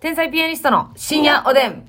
天才ピアニストの深夜おでん。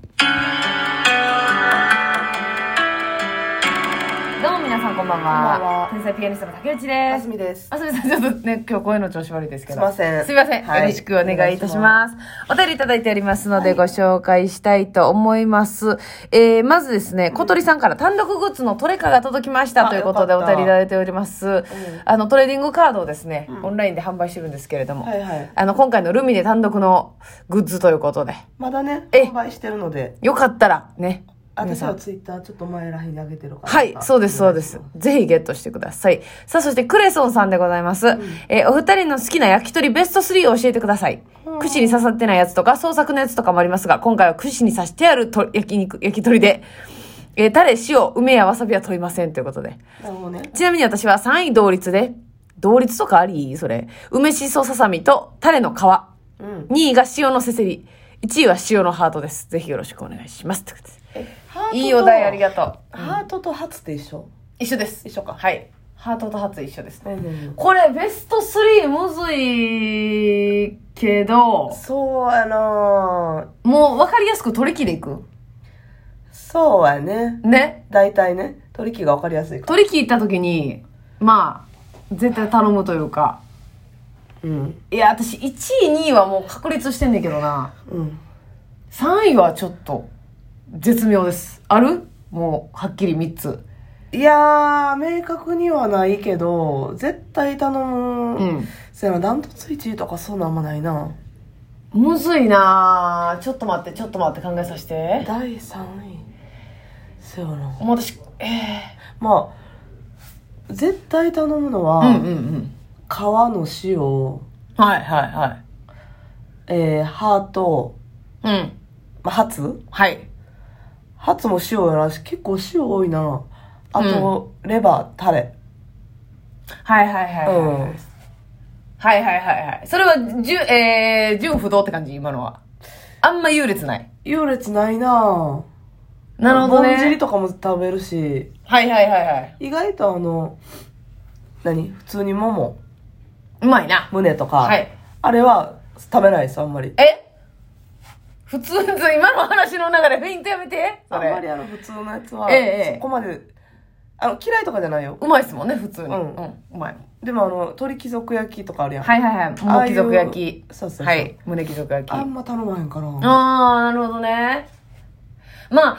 どうも皆さんこんばんは。こんばんは天才ピアニストの竹内であすす。みです。あすみません、ちょっとね、今日声の調子悪いですけど。すいませんすみません。はいよろしくお願いいたします。お便りいただいておりますので、ご紹介したいと思います。えー、まずですね、小鳥さんから単独グッズのトレカが届きましたあということでよおかった便りいただいております。あの、トレーディングカードをですね、オンラインで販売してるんですけれども、はいはいあの、今回のルミネ単独のグッズということで、まだね、え販売してるので、よかったらね、皆私さはん。ツイッターちょっと前らへんに上げてるから。はい、そうです、そうです。ぜひゲットしてください。さあ、そしてクレソンさんでございます。えーお二人の好きな焼き鳥ベスト3を教えてください。串に刺さってないやつとか、創作のやつとかもありますが、今回は串に刺してあると焼肉、焼き鳥で、えータレ、塩、梅やわさびは問いませんということで。なるほどね。ちなみに私は3位同率で、同率とかありそれ。梅しそささみとタレの皮。うん。 2位が塩のせせり。1位は塩のハートです。ぜひよろしくお願いします。ということでいいお題ありがととう。う。ハートとハツって一緒一緒です。一緒かはい。ハートとハーツ一緒ですね。うん。これ、ベスト3むずいけど、そう、あのもう分かりやすく取り切りいくー、そうやね。ね。大体ね、取り木がわかりやすいから。取り切った時に、まあ、絶対頼むというか。うん。いや、私、1位、2位はもう確立してんねんけどな。うん。 3位はちょっと、絶妙です。あるもう、はっきり3つ。いやー、明確にはないけど、絶対頼む。うん。そやな、ダントツ1位とかそうなんあんまないな。むずいなぁちょっと待って、ちょっと待って、考えさせて。第3位。そうやな。もう私、ええまあ絶対頼むのは、うんうんうん。皮の塩、はいはいはい。えー、ハート、うん。まあ、ハツはい。ハツも塩やなし結構塩多いなあと、レバータレはいはいはいはい。うんはいはいはいはい。それは、じゅ、えー、純不動って感じ、今のは。あんま優劣ない。優劣ないななるほどぼんじりね。とかも食べるしはいはいはいはい。意外とあの何普通にももうまいな。胸とか、はい。あれは食べないですあんまりえ普通、今の話の流れ、フェイントやめて。あそんまりれ。あの普通のやつは、ええええそこまであの嫌いとかじゃないようまいっすもんね、普通に。う、うんんうまい。でもあの鳥貴族焼きとかあるやんはいはいはい。もあうあい貴う族焼き。そうそうそうはい。胸貴族焼き。ああんま頼まへんかなあー、なるほどね。まあ、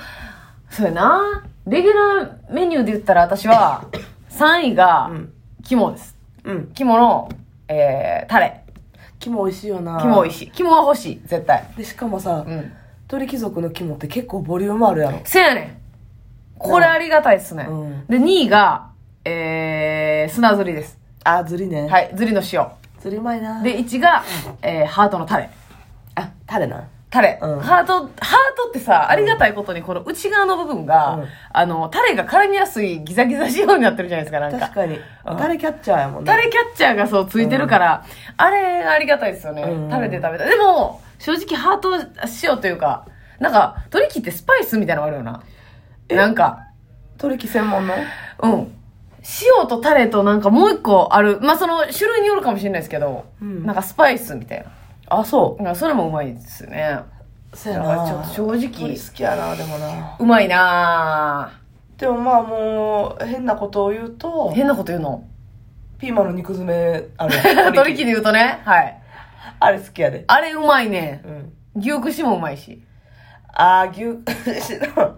そうやな。レギュラーメニューで言ったら私 は、3位がうん、肝です。うん。肝の、えー、タレ。肝美味しいよな。肝美味ししい。肝は欲しい、絶対。い。で、しかもさ、うん。鳥貴族の肝って結構ボリュームあるやろ。せやねん。これありがたいっすね。うんで、2位が、えー、砂ずりです。あ、ずりね。い。はい、ずりの塩。ずりうまいな。、で、1が、えー、ハートのタレ。あ、タレな。タレ、うんハート、ハートってさ、ありがたいことにこの内側の部分が、うんあの、タレが絡みやすいギザギザ仕様になってるじゃないですか、なんか。確かにうん。タレキャッチャーやもんね。タレキャッチャーがそうついてるから、あれありがたいですよね、うんタレで食べたでも正直ハート塩というかなんかトリキってスパイスみたいなのあるよななんか鳥貴専門のうん塩とタレとなんかもう一個あるまあその種類によるかもしれないですけど、うんなんかスパイスみたいなあ、そなんかそれもうまいですよねう。そうやだかな。らちょっと正直鳥好きやな、でもな。うまいなでもまあもう、変なことを言うぁと、変なこと言うのピーマンの肉詰めある やんトリキで言うとねはいあれ好きやで。あれうまいねうん。牛串もうまいしあー、牛、 しな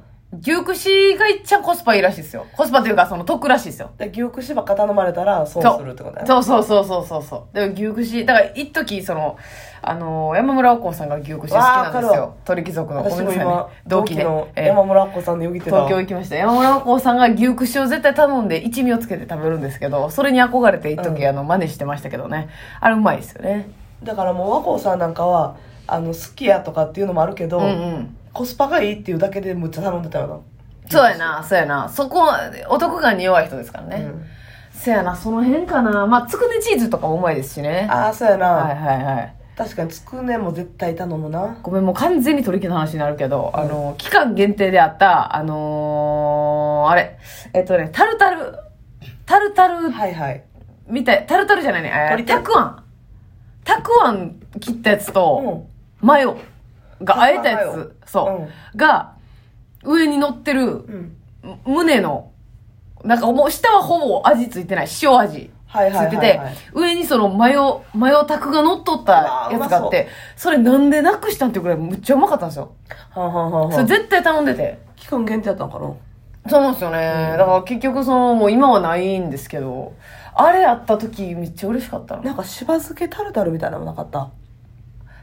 牛串がいっちゃコスパいいらしいですよコスパというかその得らしいですよで牛串ばっか頼まれたら損そうするってことやなそうそうそうそうそうそう。でも牛串、だから一時その、あのー山村おこさんが牛串好きなんですわーわかるわよ。鳥貴族の。ごめ私んもなさいね今。同同期期ねの。え山ー村子さんでよぎってた東京行きました。山村おこさんが牛串を絶対頼んで一味をつけて食べるんですけど、それに憧れて一時、うんあの、真似してましたけどね。あれうまいですよね。だからもう和光さんなんかはあの好きやとかっていうのもあるけど、うんうん。コスパがいいっていうだけでむっちゃ頼んでたよなそうやな、そうやな。そこ、男感に弱い人ですからね。うんそやな、その辺かな。まあ、つくねチーズとかもうまいですしね。ああそうやな、はいはいはい。確かにつくねも絶対頼むなごめん、もう完全に取り引きの話になるけど、あの、期間限定であった、あのー、あれ、えっとね、タルタル、タルタルはいはいみたい、タルタルじゃないね、えー鳥天たくあん。たくあん切ったやつと、うマヨ。が、あえたやパスつ、そう、が、上に乗ってる、うん。む胸の、なんかもう下はほぼ味ついてない、塩味。はいつはいいはいてはい、て、上にそのマヨ、マヨタクが乗っとったやつがあって、それなんでなくしたんっていうくらいむっちゃうまかったんですよ。はんはんはんそはれん。絶対頼んでて。期間限定やったんかなそうなんですよね。だから結局その、もう今はないんですけど、あれやった時めっちゃ嬉しかったな。なんか、しば漬けタルタルみたいなのもなかった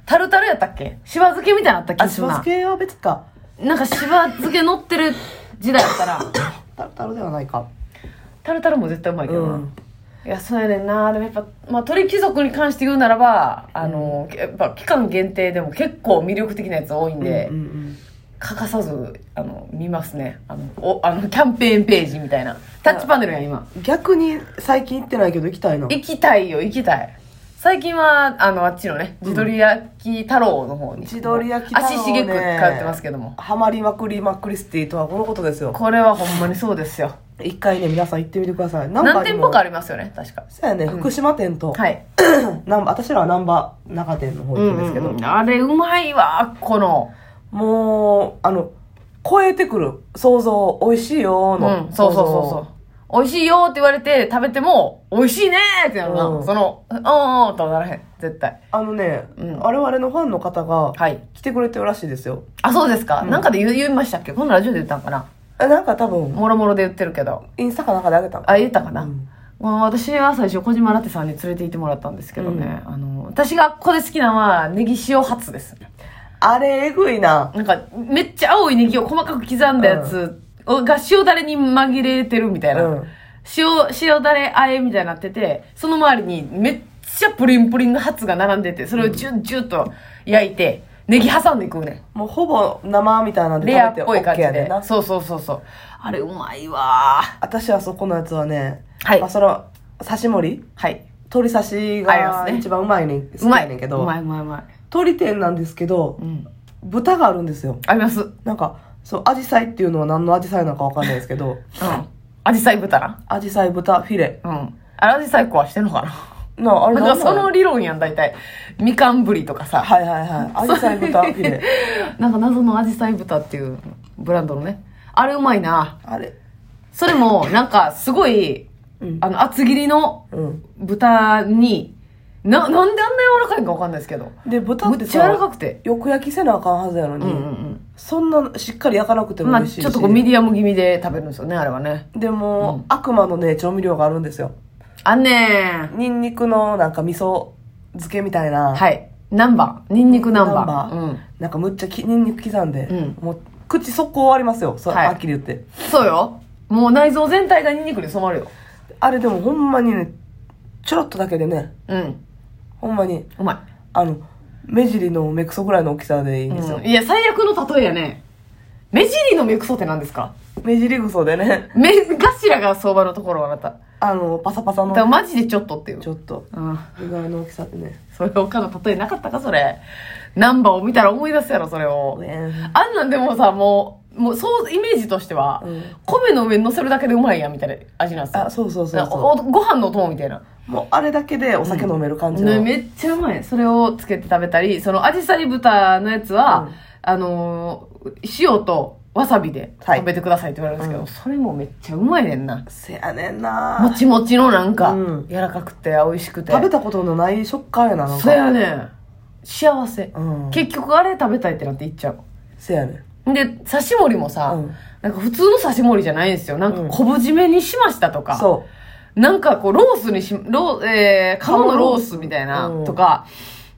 タルタルやったっけしば漬けみたいなのあった気あ、がしすばるな漬。けは別か。なんかしば漬け乗ってる時代やったら、タルタルではないか。 タルタルも絶対うまいけどな。うんいや、そうやねんな。でもやっぱ、まあ、鳥貴族に関して言うならば、あの、やっぱ期間限定でも結構魅力的なやつ多いんで、うんうん欠かさずあの見ますねあのおあのキャンペーンページみたいなタッチパネルや今うん逆に最近行ってないけど行きたいな。行きたいよ行きたい最近はあのあっちのね地鶏焼き太郎の方に自撮り焼き太郎ね足しげく通ってますけどもハマりまくりまくりスティとはこのことですよ。これはほんまにそうですよ一回ね、皆さん行ってみてください。ナンバーにも何店舗かありますよね確かそうやね、福島店と、はい なん私らは南波中店の方行くんですけうど、んうんうんあれうまいわこのもう、あの、超えてくる想像、美味しいよーの、うんそうそうそうそう美味しいよって言われて食べても美味しいねーってなるな、うんそのうんうんうんとはならへん絶対あのね、うん我々のファンの方がはい来てくれてるらしいですよ。あそうですか、なんかで言う言いましたっけこのラジオで言ったんかなえなんか多分、もろもろで言ってるけど。インスタかなんかであげたのあ、言ったかな、うんまあ私は最初、小島ラテさんに連れて行ってもらったんですけどね。あの、私がここで好きなのは、ネギ塩発です。あれ、えぐいな。なんか、めっちゃ青いネギを細かく刻んだやつが塩だれに紛れてるみたいな。うん塩、塩だれあえみたいになってて、その周りにめっちゃプリンプリンのハツが並んでて、それをジュンジュンと焼いて、ネギ挟んでいくねん。もうほぼ生みたいなんでレアっ食べてぽい感 OK じやねでん。な。そうそうそうそう。あれうまいわー私はそこのやつはね、はいまあ、その、刺し盛りはい。鶏刺しありまがすね一番うまいねん、う好きまやい。ねんけうど、まいうまいうまい。鶏店なんですけど、うん。豚があるんですよ。あります。うん。なんか、そう、アジサイっていうのは何のアジサイなのかわかんないです けど、アジサイ豚な。アジサイ豚フィレ。うん。あれアジサイ壊してんのかななあ、あれなんかそなんのや理論やん、大体。みかんぶりとかさ。はいはい はい。アジサイ豚フィレ。なんか謎のアジサイ豚っていうブランドのね。あれうまいな。あれ。それも、なんかすごい、うん。あの、厚切りのうん。豚に、な、なんであんな柔らかいんかわかんないですけど。で、豚っむてっちゃ柔らかさ、くて。よく焼きせなあかんはずやのに、うんうんそんなしっかり焼かなくてうん。まも美あ味しいし。ちょっとこうミディアム気味で食べるんですよね、あれはね。でも、悪魔のね、調味料があるんですよ。あんねニンニクのなんか味噌漬けみたいな。ー。はい。ナンバー。ニンニクナンバー。ナンバーうん。なんかむっちゃきニンニク刻んで、うんもう口速攻終わりますよ。そう、はいはっきり言って。そうよ。もう内臓全体がニンニクに染まるよ。あれでもほんまにね、ちょろっとだけでね、うん。ほんまに、うまい。あの、目尻の目くそぐらいの大きさでいいんですよ。うんいや、最悪の例えやね。目尻の目くそって何ですか目尻ぐそでね、 目頭が相場のところあなた。だあの、パサパサのから、マジでちょっとっていうち。ょっと、うん。ぐらいの大きさでね。それ他の例えなかったかそれ。ナンバーを見たら思い出すやろ、それをう。えんあんなんでもさ、もう、もうそう、イメージとしては、うん米の上に乗せるだけでうまいやんみたいな味なんですよ。あ、そうそうそうおそご飯の友みたいな。う。もうあれだけでお酒飲める感じの。ね、めっちゃうまい。それをつけて食べたり、そのアジサイ豚のやつは、うんあのー塩とわさびではい食べてくださいって言われるんですけど、それもめっちゃうまいねんな。せやねんもなちもちのなんか、うん柔らかくて美味しくて。食べたことのない食感やな、なんか。そやねん。幸せ、うん。結局あれ食べたいってなっていっちゃう。せやねん。で、刺し盛りもさ、うんなんか普通の刺し盛りじゃないんですよ。なんか昆布締めにしましたとか。そなんかこう、ロースにし、ロー、えー、鴨のロースみたいなうん、とか、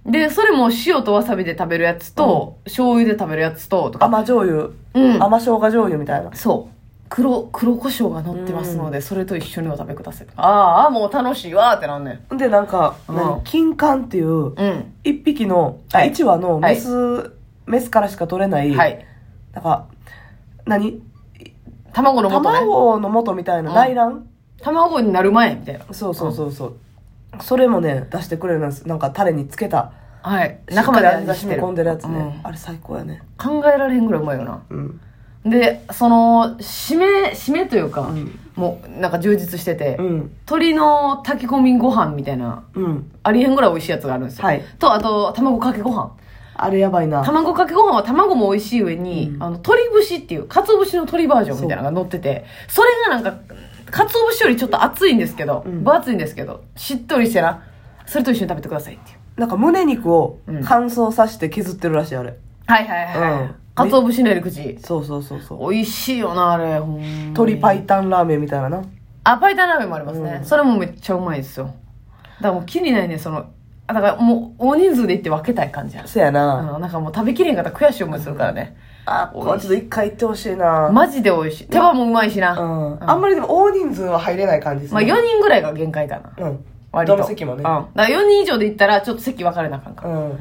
で、それも塩とわさびで食べるやつと、醤油で食べるやつと、とう。か、甘醤油。うん、甘生姜醤油みたいな。そう。黒、黒胡椒が乗ってますので、それと一緒にお食べくださいとか。あーあー、もう楽しいわーってなんねん。で、なんか、うん何金柑っていう、うん。一匹の、はいあ一羽のはいメス、メスからしか取れない、はい。なんか、何卵の元ね。卵の元みたいなうん内卵、卵になる前みたいな。そうそうそうそう。それもね、出してくれるんです。なんかタレにつけた。はい。中中ままでで味味がが染染みみ込込んんででるるやつね。うんあれ最高やね。考えられへんぐらいうまいよな。うん。で、その、締め、締めというか、んもう、なんか充実してて、うん。鶏の炊き込みご飯みたいな、うん。ありえんぐらい美味しいやつがあるんですよ。はいと、あと、卵かけご飯。あれやばいな。卵かけご飯は卵も美味しい上に、うんあの、鶏節っていう、鰹節の鶏バージョンみたいなのが乗ってて、それがなんか、鰹節よりちょっと熱いんですけど、うん分厚いんですけど、しっとりしてな、それと一緒に食べてくださいっていう。なんか胸肉をうん乾燥させて削ってるらしい、あれ。はいはいはいはい。うん鰹節のやり口。そうそうそうそう。美味しいよな、あれ、ほんまに鶏白湯ラーメンみたいなな。あ、パイタンラーメンもありますね。うんそれもめっちゃうまいですよ。だからもう気にないね、その、あだからもう大人数で行って分けたい感じや。そやあな。の、なんかもう食べきれんかったら悔しい思いするからね。あ、これちょっと一回行ってほしいな。マジで美味しい。手羽もうまいしな。うん。あんまりでも大人数は入れない感じですまあね。 4人ぐらいが限界かな。うん。割と。どの席もねうん。だから4人以上で行ったらちょっと席分かれなあかんから。うん。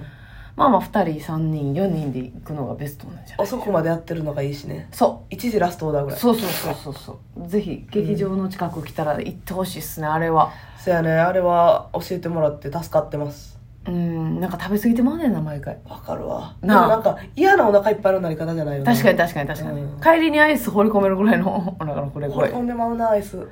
まあまあ2人、3人、4人で行くのがベストなんじゃない遅くまでやってるのがいいしね。そ一時ラストオーダーぐう。らい。そうそうそうそうそう。ぜひ劇場の近く来たら行ってほしいっすね、あれは。そやね、あれは教えてもらって助かってます。うん、なんか食べ過ぎてまうねんな、毎回。わかるわ。でもなあなんか嫌なお腹いっぱいのなり方じゃないよね。確かに。に確かに確かに、うん帰りにアイス放り込めるぐらいのお腹のこれぐこられい飛んでまうな、アイス。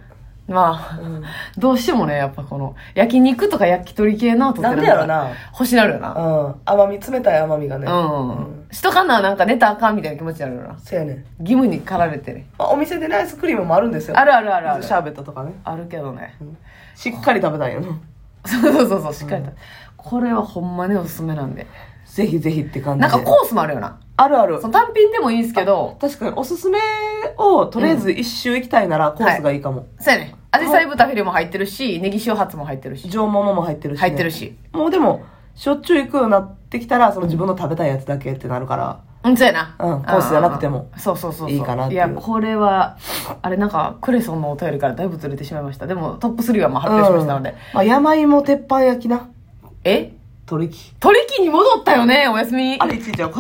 まあうん。 どうしてもねやっぱこの焼肉とか焼き鳥系のを取っなてんるでからやろな。欲しなるよう。なん甘み、冷たい甘みがね。うん、しとかんななんか寝たらあかんみたいな気持ちになるよなそやね。義務に駆られてねまあ、お店でね、アイスクリームもあるんですよ。あるあるあるあるシャーベットとかね。あるけどね しっかり食べたいよな。そうそうそうそうしっかりと、これはほんまにおすすめなんでぜひぜひって感じなで。んかコースもあるよなあるあるそ。の単品でもいいんですけど確かにおすすめをとりあえず一周行きたいならコースがいいかも。そうやねアジサイ豚フィレも入ってるしネギ塩ハツも入ってるし上物も入ってるし、ね。入ってる。しもうでも、しょっちゅう行くようになってきたら、その自分の食べたいやつだけってなるから。うん、そうやな。うんコースじゃなくてもうん。そうそうそうそう。いいかなっていうや、これは、あれなんか、クレソンのお便りからだいぶずれてしまいました。でも、トップ3はまあ発表しましたので。うんまあ、山芋鉄板焼きな。え取り木。取り木に戻ったよね、おやすみ。あれ、いちいち